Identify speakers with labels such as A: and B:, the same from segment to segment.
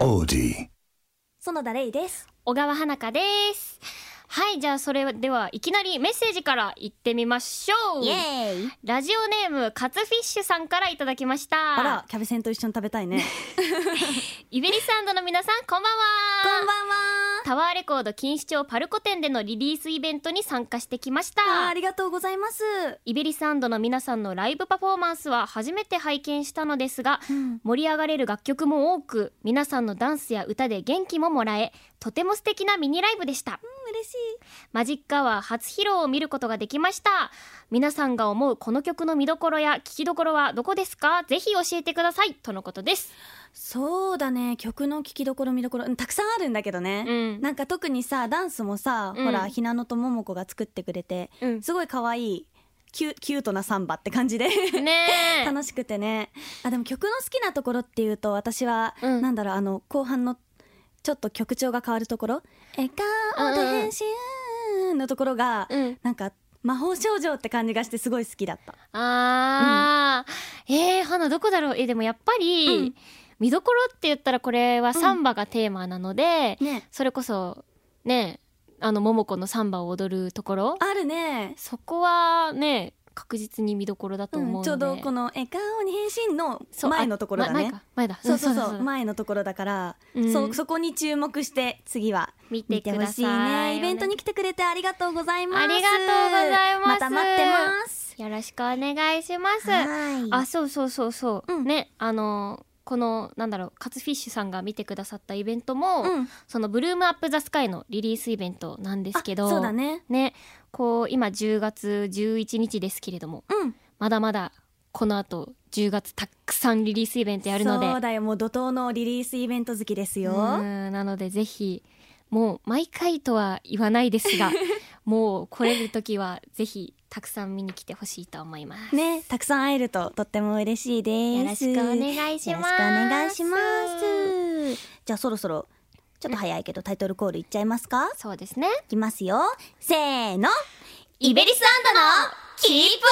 A: オーディ
B: 園田レイです
C: 小川花香ですはいじゃあそれではいきなりメッセージからいってみましょう
B: イエーイ
C: ラジオネームカツフィッシュさんからいただきました
B: あらキャベセンと一緒に食べたいね
C: イベリスの皆さんこんばんは
B: こんばんは
C: タワーレコード錦糸町パルコ店でのリリースイベントに参加してきました
B: あーありがとうございます
C: イベリスの皆さんのライブパフォーマンスは初めて拝見したのですが
B: うん
C: 盛り上がれる楽曲も多く皆さんのダンスや歌で元気ももらえとても素敵なミニライブでした
B: 嬉しい
C: マジックアワー初披露を見ることができました皆さんが思うこの曲の見どころや聴きどころはどこですかぜひ教えてくださいとのことです
B: そうだね曲の聴きどころ見どころうんたくさんあるんだけど
C: う
B: ね、
C: ん
B: なんか特にさダンスもさ、
C: うん
B: ほらひなのとももこが作ってくれて
C: うん
B: すごい可愛いキュキュートなサンバって感じで
C: ね え
B: 楽しくてねあでも曲の好きなところっていうと私は、
C: うん
B: なんだろうあの後半のちょっと曲調が変わるところ「笑顔で変身」のところが、
C: うん
B: なんか魔法少女って感じがしてすごい好きだった
C: あー、えー、花どこだろうえでもやっぱり、
B: うん
C: 見どころって言ったらこれはサンバがテーマなので、
B: ね
C: それこそねあの桃子のサンバを踊るところ
B: あるね
C: そこはね確実に見どころだと思うの
B: うん
C: で、
B: ちょうどこの「笑顔に変身」の
C: そうあ
B: 前のところだ
C: ま
B: ね
C: 前か前だ
B: そうそうそうん前のところだから、
C: うん
B: そそこに注目して次は
C: 見て
B: 見て
C: く
B: ほ
C: だ
B: し
C: さ
B: いね
C: い
B: イベントに来てくれてありがとうございます
C: ありがとうございます
B: また待ってます
C: よろしくお願いします
B: はい
C: あそうそうそうそう、
B: うん
C: ねあのこのなんだろうカツフィッシュさんが見てくださったイベントも、
B: うん
C: そのブルームアップザスカイのリリースイベントなんですけど
B: あそうだね
C: ねこう今10月11日ですけれども
B: うん
C: まだまだこの後10月たくさんリリースイベントやるので
B: そうだよもう怒涛のリリースイベント好きですよ
C: うんなのでぜひもう毎回とは言わないです がもう来れる時はぜひたくさん見に来てほしいと思います。
B: ねたくさん会えるととっても嬉しいです
C: よろしくお願いし
B: よ
C: ます。
B: ろしくお願いしますじゃあそろそろちょっと早いけどタイトルコールいっちゃいますか
C: そうですね。
B: いきますよせーの
C: イベリスアンドのキープ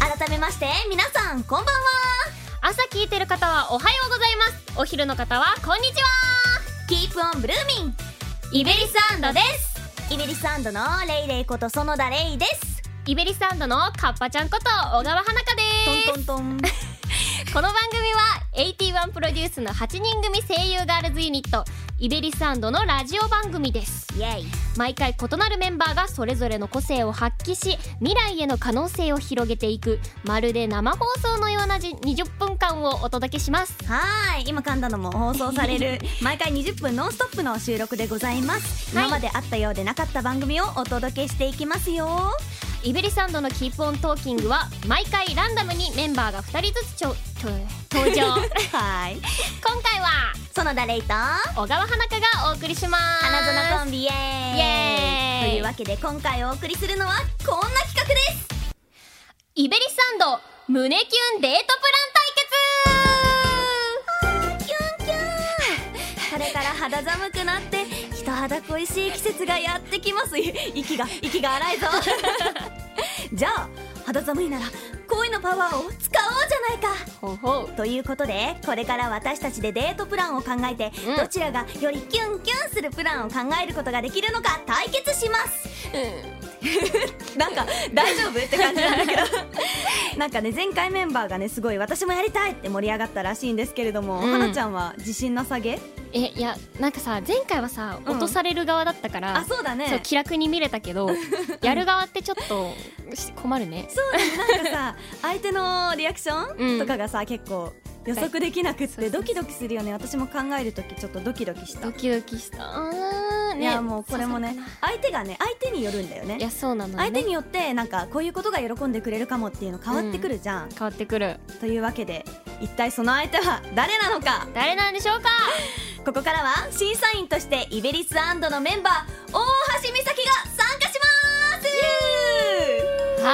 B: 改めまして皆さんこんばんは
C: 朝聞いてる方はおはようございます。お昼の方はこんにちは。
B: キープオンブルーミン
C: イベリスアンドです。
B: イベリスアンドのレイレイこと園田レイです
C: イベリスアンドのカッパちゃんこと小川花香です。
B: トントントン
C: この番組は81プロデュースの8人組声優ガールズユニットイベリスアンドのラジオ番組です
B: イエイ
C: 毎回異なるメンバーがそれぞれの個性を発揮し未来への可能性を広げていくまるで生放送のようなじ20分間をお届けします
B: はーい今噛んだのも放送され る毎回20分ノンストップの収録でございます、
C: はい
B: 今まであったようでなかった番組をお届けしていきます よ
C: イベリスアンドのキープオントーキングは毎回ランダムにメンバーが2人ずつちょちょ 登場今
B: はい
C: 回は
B: 園田レイと
C: 小川花香がお送りします
B: 花園コンビイエーイ
C: イエーイ
B: というわけで今回お送りするのはこんな企画 です
C: イベリスアンド胸キュンデートプラン
B: キュンキュンこれから肌寒くなって人肌恋しい季節がやってきます 息が息が荒い ぞ じゃあ肌寒いなら恋のパワーを使おうじゃないか
C: 対決ほうほう
B: ということでこれから私たちでデートプランを考えて、
C: うん
B: どちらがよりキュンキュンするプランを考えることができるのか対決します、なんか大丈夫って感じなんだけど なんかね前回メンバーがねすごい私もやりたいって盛り上がったらしいんですけれども、
C: うん
B: はなちゃんは自信なさげ
C: えいやなんかさ前回はさ
B: うん
C: 落とされる側だったから、
B: あそうだね
C: そう気楽に見れたけ どやる側ってちょっとし困るね
B: そうだねなんかさ相手のリアクショ
C: う
B: ン
C: ん
B: とかがさ結構予測できなくっ
C: そうそ
B: て
C: うそう
B: ドキドキするよね私も考える時ちょっとドキドキした、
C: ドキドキしたあーね
B: いやもうこれもね相手がね相手によるんだよね
C: いやそうなのね
B: 相手によってなんかこういうことが喜んでくれるかもっていうの変わってくるじゃん、
C: 変わってくる
B: というわけで一体その相手は誰なのか
C: 誰なんでしょうか
B: ここからは審査員としてイベリスアンドのメンバー大橋美咲が参加します
C: は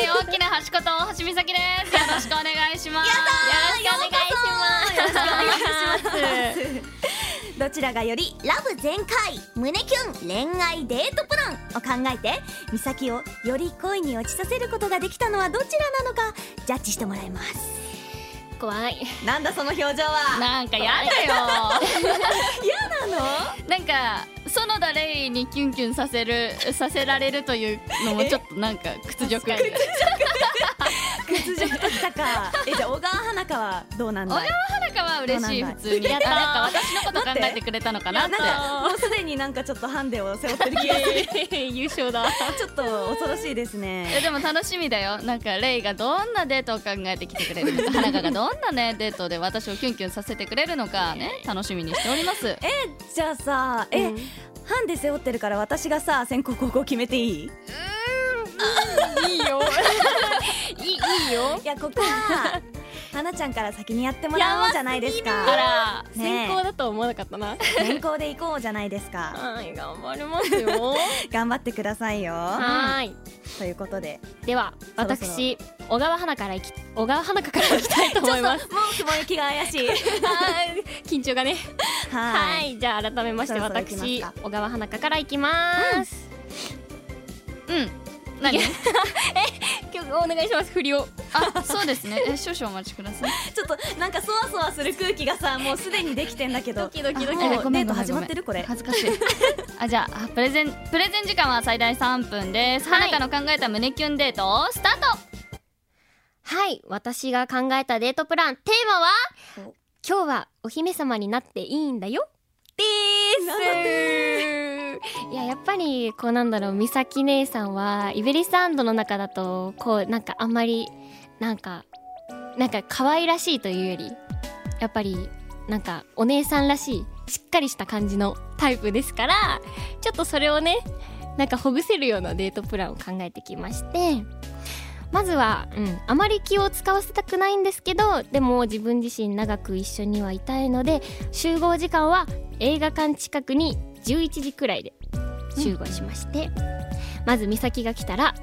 C: ーい大きな橋こと大橋美咲 ですよろしくお願いします
B: やったー
C: よろしくお願いします
B: よろしくお願いしますどちらがよりラブ全開胸キュン恋愛デートプランを考えて美咲をより恋に落ちさせることができたのはどちらなのかジャッジしてもらいます
D: 怖い
B: なんだその表情は
C: なんかやだよ
B: なの
C: なんか園田レイにキュンキュンさせるさせられるというのもちょっとなんか屈辱
D: 確かに
B: 屈辱ときたか えじゃあ小川花香はどうなんだ
C: 小川花香は嬉しい
B: そうな
C: 普
B: んだ
C: 通に
D: や
C: や
D: ったー
C: なんか私のこと考えてくれたのか
B: い
C: な
B: や
C: っ
B: な
C: て
B: んかもうすでになんかちょっとハンデを背負ってる気がする
C: 優勝だ
B: ちょっと恐ろしいです ね
C: でも楽しみだよなんかレイがどんなデートを考えてきてくれるのか花香がどんなねデートで私をキュンキュンさせてくれるのかね楽しみにしております
B: じゃあさえ、
D: うん
B: ハンデ背負ってるから私がさ先行高校決めていい
C: いい よいいいいよ
B: いやここ は花ちゃんから先にやってもらおうじゃないです
C: あ
B: から ねえ
D: 先行だとは思わなかったな
B: 先行で行こうじゃないですか
D: はい頑張りますよ
B: 頑張ってくださいよ
D: はーい
B: ということで
D: では
B: そろそろ
D: 私小川花からいき小川花香からいきたいと思い ます
B: もう雲行きが怪し い
D: はい緊張がね
B: は
D: はいいじゃあ改めまして
B: そろそろ行きます
D: 私
B: か
D: 小川花香からいきます
C: うん 何
D: 今日お願いします振りを
C: あそうですねえ少々お待ちください
B: ちょっとなんかそわそわする空気がさもうすでにできてんだけど
D: ドキドキド
B: あ
D: キ
B: もう
C: あごめん
B: デート
C: ごめん
B: 始まってるこれ
C: 恥ずかしいあじゃああプレゼンプレゼン時間は最大3分です、
D: はい
C: 花香の考えた胸キュンデートスタート
D: はい私が考えたデートプランテーマは
B: お
D: 今日はお姫様になっていいんだよ
B: なんだって
D: いややっぱりこうなんだろう美咲姉さんはイベリスランドの中だとこうなんかあんまりなんかなんか可愛らしいというよりやっぱりなんかお姉さんらしいしっかりした感じのタイプですからちょっとそれをねなんかほぐせるようなデートプランを考えてきましてまずは、うん、あまり気を使わせたくないんですけどでも自分自身長く一緒にはいたいので集合時間は映画館近くに11時くらいで集合しまして、まず美咲が来たら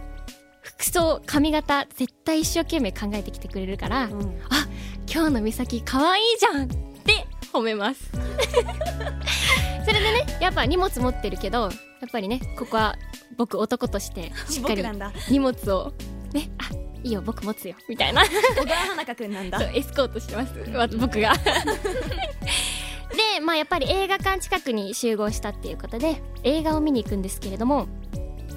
D: 服装髪型絶対一生懸命考えてきてくれるから、今日の美咲可愛いじゃんって褒めます それでねやっぱ荷物持ってるけどやっぱりねここは僕男としてしっか
B: 僕
D: り
B: なんだ
D: 荷物をねあいいよ僕持つよみたいな
B: 小川花香くんなんだ
D: そうエスコートしてますわ僕 がでまあやっぱり映画館近くに集合したっていうことで映画を見に行くんですけれども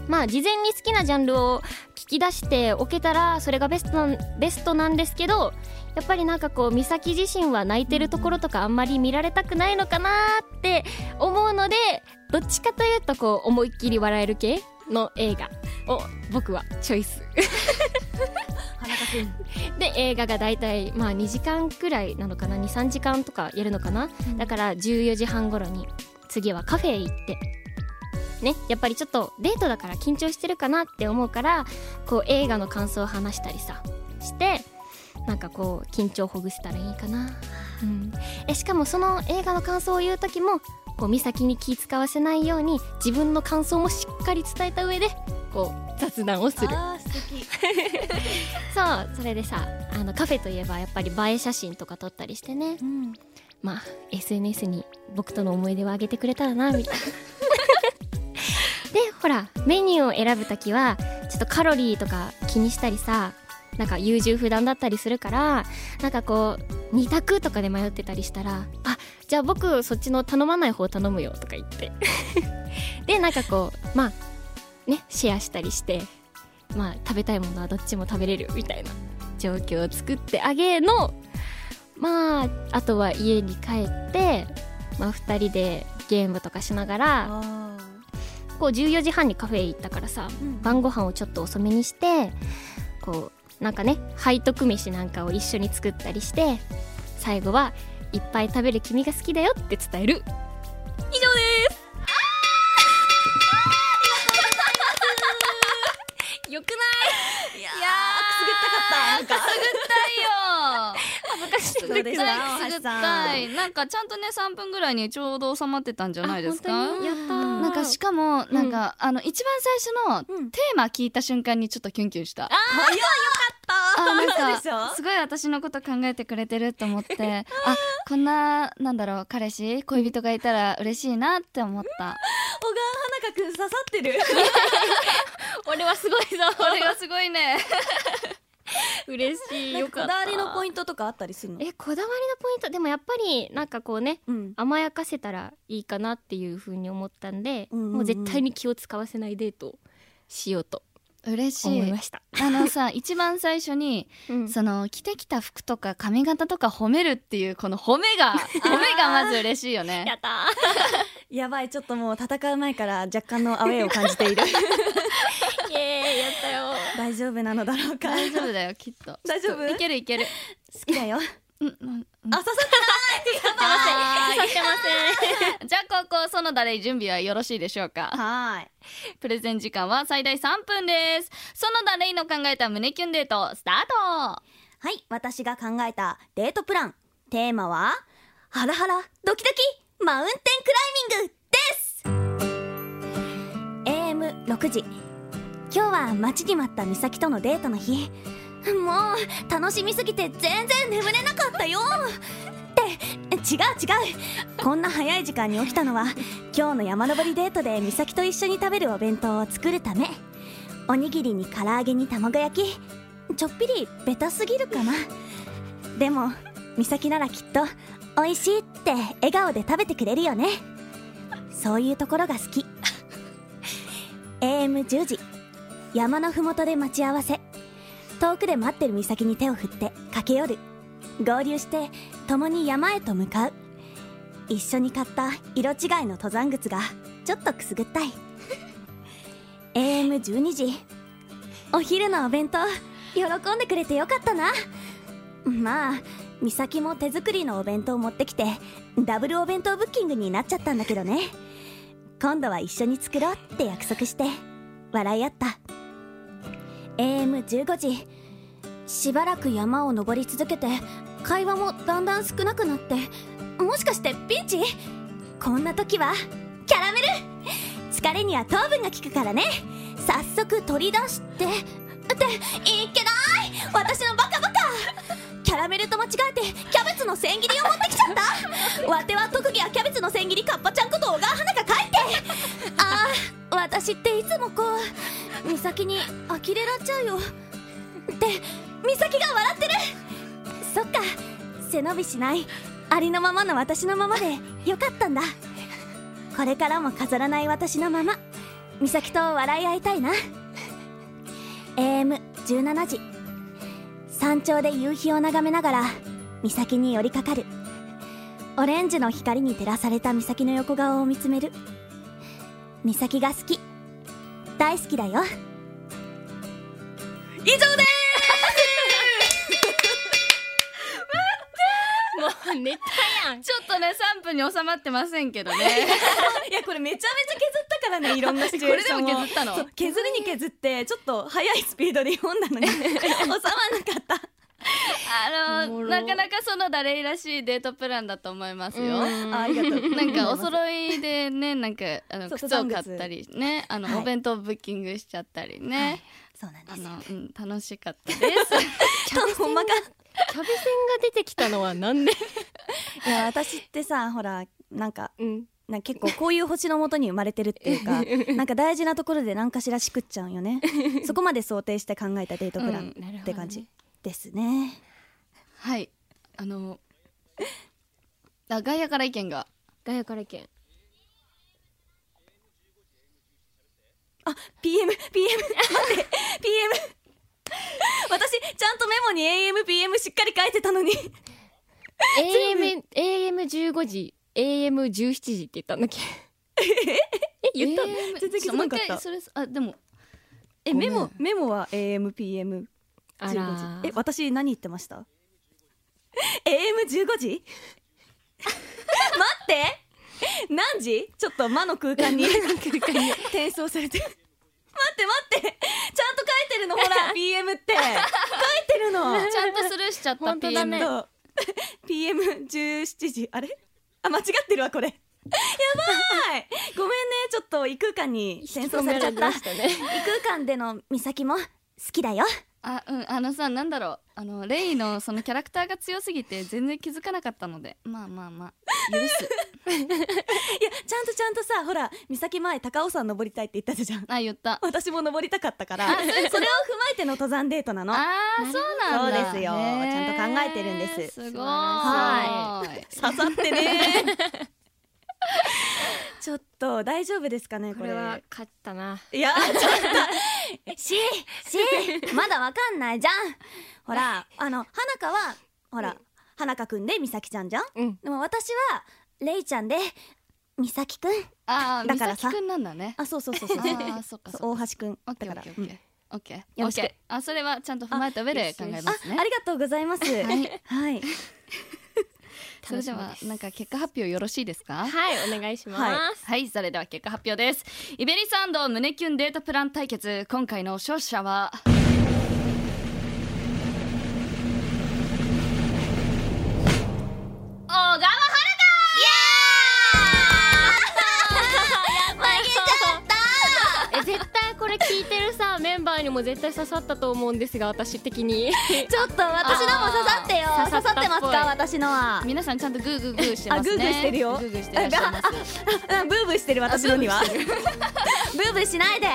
D: まあ事前に好きなジャンルを聞き出しておけたらそれがベストなんベストなんですけどやっぱりなんかこう美咲自身は泣いてるところとかあんまり見られたくないのかなーって思うのでどっちかというとこう思いっきり笑える系の映画を僕はチョイス
B: 花香くん
D: で映画が大体、まあ、2時間くらいなのかな23時間とかやるのかな、だから14時半頃に次はカフェへ行ってねやっぱりちょっとデートだから緊張してるかなって思うからこう映画の感想を話したりさしてなんかこう緊張をほぐせたらいいかな、うん、えしかもその映画の感想を言う時もこう美咲に気使わせないように自分の感想もしっかり伝えた上でこう雑談をする
B: あー素敵
D: そうそれでさあのカフェといえばやっぱり映え写真とか撮ったりしてね
B: うん
D: まあ SNS に僕との思い出をあげてくれたらなみたいなでほらメニューを選ぶ時はちょっとカロリーとか気にしたりさなんか優柔不断だったりするからなんかこう2択とかで迷ってたりしたら「あじゃあ僕そっちの頼まない方頼むよ」とか言って でなんかこうまあねシェアしたりしてまあ食べたいものはどっちも食べれるみたいな状況を作ってあげのまああとは家に帰って、まあ、2人でゲームとかしながら
B: あー
D: こう14時半にカフェへ行ったからさ
B: うん
D: 晩ご飯をちょっと遅めにしてこうなんかね背徳飯なんかを一緒に作ったりして最後はいっぱい食べる君が好きだよって伝える以上ですよく
B: いやーくすぐったかったなんか
D: ない恥ずかし
B: どうですか
C: 絶対
B: 大橋
C: 絶
B: さん
C: 対なんかちゃんとね3分ぐらいにちょうど収まってたんじゃないですか
D: あ本当にやったー
C: なんかしかも
D: ん
C: なんか、あの一番最初の
B: うん
C: テーマ聞いた瞬間にちょっとキュンキュンした
B: あよかった
C: あ
B: そう
C: なん
B: でしょ
C: かすごい私のこと考えてくれてると思ってあこんななんだろう彼氏恋人がいたら嬉しいなって思った
B: 花香くん刺さってる
D: 俺はすごいぞ
C: これがすごいね
D: 嬉しい
B: なん
D: よ
B: か
D: か
B: こ
D: った
B: だわりのポイントとかあったりするの
D: えこだわりのポイントでもやっぱりなんかこうね
B: うん
D: 甘やかせたらいいかなっていうふうに思ったんで、
B: うんうんうん
D: もう絶対に気を使わせないデートをしようと
C: 嬉し
D: 思い
C: い
D: ました、
C: あのさ一番最初に
D: うん
C: その着てきた服とか髪型とか褒めるっていうこの褒めが褒めがまず嬉しいよね
D: った
B: やばいちょっともう戦う前から若干のアウェーを感じている
D: ーイエーイやったよ
B: 大丈夫なのだろうか
C: 大丈夫だよきっと
B: 大丈夫
C: いけるいける
B: 好きだよあ
C: うんうんうん
B: 刺さっ
C: は
D: させません
C: ー いじゃあ高校そのだれ準備はよろしいでしょうか
B: たはーい
C: プレゼン時間は最大3分です。園田レイの考えた胸キュンデート、スタート
B: はい私が考えたデートプランテーマはハラハラドキドキマウンテンクライミングです AM6 時今日は待ちに待った美咲とのデートの日もう楽しみすぎて全然眠れなかったよって違う違うこんな早い時間に起きたのは今日の山登りデートで美咲と一緒に食べるお弁当を作るためおにぎりに唐揚げに卵焼きちょっぴりベタすぎるかなでも美咲ならきっと美味しいって笑顔で食べてくれるよねそういうところが好き AM10 時山のふもとで待ち合わせ遠くで待ってる美咲に手を振って駆け寄る合流して共に山へと向かう一緒に買った色違いの登山靴がちょっとくすぐったい AM12 時お昼のお弁当喜んでくれてよかったなまあ美咲も手作りのお弁当持ってきてダブルお弁当ブッキングになっちゃったんだけどね今度は一緒に作ろうって約束して笑い合った AM15 時しばらく山を登り続けて会話もだんだん少なくなってもしかしてピンチこんな時はキャラメル疲れには糖分が効くからね早速取り出してっていっけない私のバカバカキャラメルと間違えてキャベツの千切りを持ってきちゃったわては特技はキャベツの千切りカッパちゃんこと小川花が書いてああ私っていつもこう美咲に呆れらっちゃうよって美咲が笑ってるそっか背伸びしないありのままの私のままでよかったんだこれからも飾らない私のまま美咲と笑い合いたいな AM17 時山頂で夕日を眺めながら岬に寄りかかるオレンジの光に照らされた岬の横顔を見つめる岬が好き大好きだよ以上で
D: もう寝たやん
C: ちょっとね、3分に収まってませんけどね。
B: すいやこれめちゃめちゃ削ったからねいろんなシチュエーションを
C: これでも削ったの
B: そう削りに削ってちょっと早いスピードで読んだ のに収まらなかった
C: あ
D: おも
C: の、
D: ろ
C: なかなかそのだれらしいデートプランだと思いますよ。
B: あありがとう
C: なんかお
B: い
C: 揃いでね、なんかあの
B: そう
C: 靴を買ったりね、あ
B: はい
C: のお弁当ブッキングしちゃったりね、
B: そうなんで
C: あ
B: すよ
C: のうん楽しかったです。
B: ほんまか
D: キャベ線が出てきたのはなんで
B: いや私ってさほらなんか
D: うん
B: なんか結構こういう星のもとに生まれてるっていうか なんか大事なところで何かしらしくっちゃうんよ ねそこまで想定して考えたデートプラン
D: なるほどね
B: って感じですね、
C: はい、あの、あ外野から意見が。
D: ガヤから意見
B: あ PM PM 待って PM 私ちゃんとメモに AM PM しっかり書いてたのに
D: AM AM15 時 AM17 時って言ったんだっけえ言ったの、
C: えー
B: 全然気づかなかった
C: ちょもう一回それあでも
B: え
C: ごめ
B: メ
C: ん
B: モメモは AM PM
D: あ
B: 15
D: ら
B: 時え私何言ってました AM15 時 待って何時ちょっと魔の空間に 転送されて待って待ってちゃんと書いてるのほら PM って書いてる の
C: ちゃんとスルーしちゃった
D: 本当だね
C: PM
B: そう PM17 時あれあ間違ってるわこれやばいごめんねちょっと異空間に転送されちゃった
D: ね
B: 異空間での美咲も好きだよ
C: ああうんあのさなんだろうあのレイのそのキャラクターが強すぎて全然気づかなかったのでまあまあまあ許す
B: いやちゃんとちゃんとさほら美咲前高尾山登りたいって言ったじゃん
C: あ言った
B: 私も登りたかったからそれを踏まえての登山デートなの
C: あーそうなんだ
B: そうですよ
C: へー
B: ちゃんと考えてるんです
C: すごい
B: は刺さって ねちょっと大丈夫ですかねこ
D: こ
B: れ
D: れは勝ったない
B: やちょっと ししまだわかんないじゃんほらあの花香はほら花香くんで美咲ちゃんじゃん
D: うん
B: でも私はレイちゃんで美咲くん
C: あー
B: だ
C: 美
B: から
C: 咲
B: さ
C: くんなんだね
B: あそうそうそう
C: あ
B: そう
C: ーそっかそっか
B: そう大橋くんだ
C: オッケ
B: か
C: ーオッ
B: ら
C: ケー
B: う
C: オッ
B: ん
C: ケーオッケー
B: よろしく
C: オッケーあそれはちゃんと踏まえた上で考えま
B: あ
C: すね
B: ありがとうございます
C: はい
B: はい
C: それではなんか結果発表よろしいですか
D: はいお願いします
C: はいそれでは結果発表ですイベリサンド胸キュンデートプラン対決今回の勝者は小川春
D: え絶対これ聞いてるさ メンバーにも絶対刺さったと思うんですが私的に
B: ちょっと私のも刺さってよ
D: あ
B: 刺
D: ー
B: さってます
D: 刺さ
B: か
D: っ
B: 私のは
C: 皆さんちゃんとグーグーグーして
B: あ
C: ますね
B: グーグーしてるよ
C: グーグーしてらっしゃいます
B: あブーブーしてる私のにはブ ーブーし ないで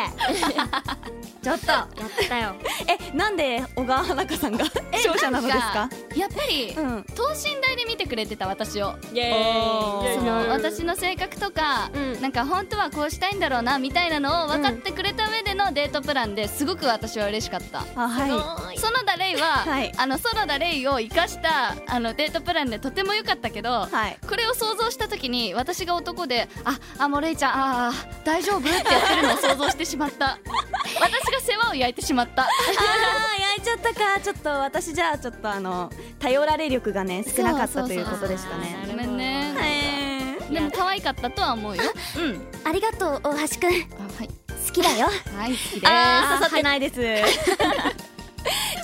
B: ちょっと
D: やった よ
B: えなんで小川花香さんが勝者なのですか
C: やっぱり、
B: うん
C: 等身大で見てくれてた私を
D: イエ
B: おー
D: ーイ
C: その私の性格とか、
D: うん
C: なんか本当はこうしたいんだろうなみたいなのを分かってくれた上でのデートプランですごく私は嬉しかった。
B: あは
D: は
C: 園田レイは、
B: はい
C: あの園田レイを生かしたあのデートプランでとても良かったけど、
B: いはい
C: これを想像した時に私が男で「ああもうレイちゃんああ大丈夫?」ってやってるのを想像してしまった 私が世話を焼いてしまった
B: あ ー焼いちゃったかちょっと私じゃあちょっとあの頼られ力がね少なかったということでした
D: そうそう
B: ね
C: ごめんね、
B: へー
C: でも可愛かったとは思うようん
B: ありがとう大橋くん
C: あはい
B: 好きだよ
C: はい好きです
B: あー刺さってないです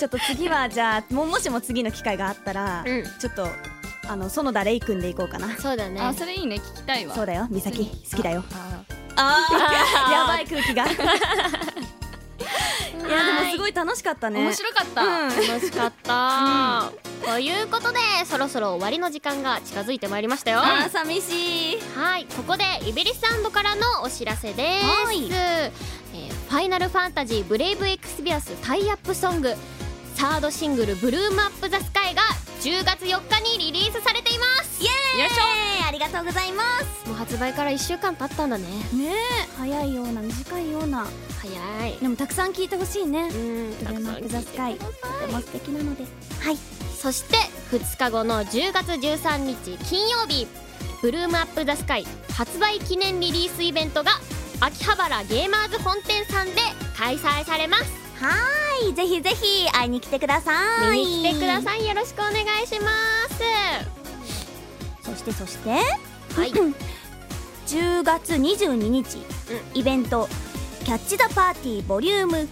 B: ちょっと次はじゃあもうもしも次の機会があったら
D: うん
B: ちょっとあの園田レイくんでいこうかな
D: そうだね
C: あそれいいね聞きたいわ
B: そうだよ美咲好きだよ
C: あ
B: あー やばい空気がいやでもすごい楽しかったね
C: 面白かった、
B: うん
D: 楽しかった、ということでそろそろ終わりの時間が近づいてまいりましたよ、
B: あー寂しい
D: はいここでイベリスサンドからのお知らせです、
B: はい
D: えーファイナルファンタジーブレイブエクスビアスタイアップソングサードシングル「ブルームアップ・ザ・スカイ」が10月4日にリリースされています
B: イエーイ
C: よいし
B: ありがとうございます
D: もう発売から1週間経ったんだね
B: ねえ早いような短いような
D: 早い
B: でもたくさん聞いてほしいね
D: うん
B: ブルーマック・ザ・スカイとても素敵なのではい
D: そして2日後の10月13日金曜日「ブルームアップ・ザ・スカイ」発売記念リリースイベントが秋葉原ゲーマーズ本店さんで開催されます
B: はーいぜひぜひ会いに来てください
D: 見に来てくださいよろしくお願いします
B: そしてそして
D: はい
B: 10月22日、イベント「キャッチ・ザ・パーティーボリューム4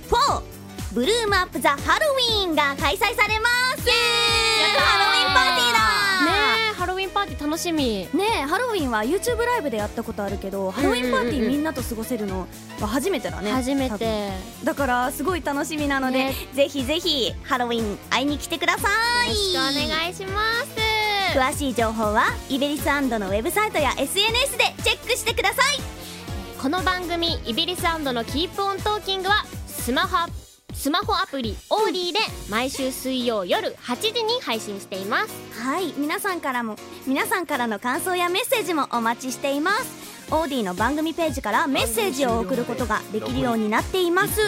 B: ブルームアップ・ザ・ハロウィーン」が開催されますイエー
D: やったー
B: ハロウィンパーティーだ
D: えハロウィンパーティー楽しみ
B: ねえハロウィンは YouTube ライブでやったことあるけどハロウィンパーティーみんなと過ごせるのは初めてだね
D: 初め
B: 多分
D: て
B: だからすごい楽しみなので、
D: ね
B: ぜひぜひハロウィン会いに来てください
D: よろしくお願いします
B: 詳しい情報はイベリスのウェブサイトや SNS でチェックしてください
D: この番組「イビリスのキープオントーキングはスマホスマホアプリオーディで毎週水曜夜8時に配信しています
B: はい皆さんからも皆さんからの感想やメッセージもお待ちしていますオーディの番組ページからメッセージを送ることができるようになっています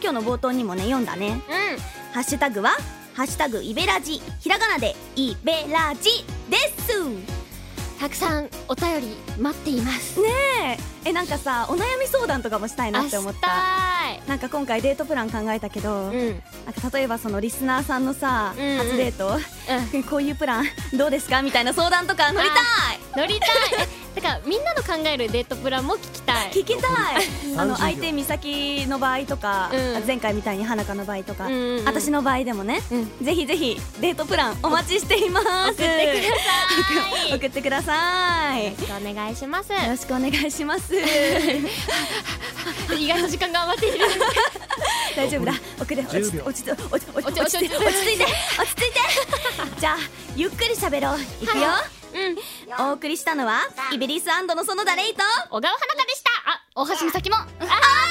B: 今日の冒頭にもね読んだね
D: う
B: ハッシュタグはハッシュタグイベラジひらがなでイベラジです
D: んたくさんお便り待っています
B: ねええなんかさお悩み相談とかもしたいなって思った
D: た
B: なんか今回デートプラン考えたけど、
D: うんうん
B: なんか例えばそのリスナーさんのさ、
D: うんうん
B: 初デートこういうプランどうですかみたいな相談とか乗りた
D: 乗りたい えだからみんなの考えるデートプランも聞きたい
B: い 聞きたいあの
A: 30秒
B: 相手美咲の場合とか、
D: うん
B: 前回みたいに花香の場合とか、
D: うんうんうん
B: 私の場合でもね、
D: うん
B: ぜひぜひデートプランお待ちしています送ってください 送ってくださいよ
D: よろしくお願いします
B: ろ しくお願いします
D: 意外と時間が余っている
B: 大丈夫だ遅れ落
A: 10
B: ち
A: 秒
B: 落ち着落ち落ち
C: 落ち
B: 落ち着いて
C: 落ち
B: 落ち着いて落ち着いて じゃあゆっくり喋ろういくよ、うんお送りしたのはイベリスの園田レイと
D: 小川花香でしたあ大橋美咲も
B: あー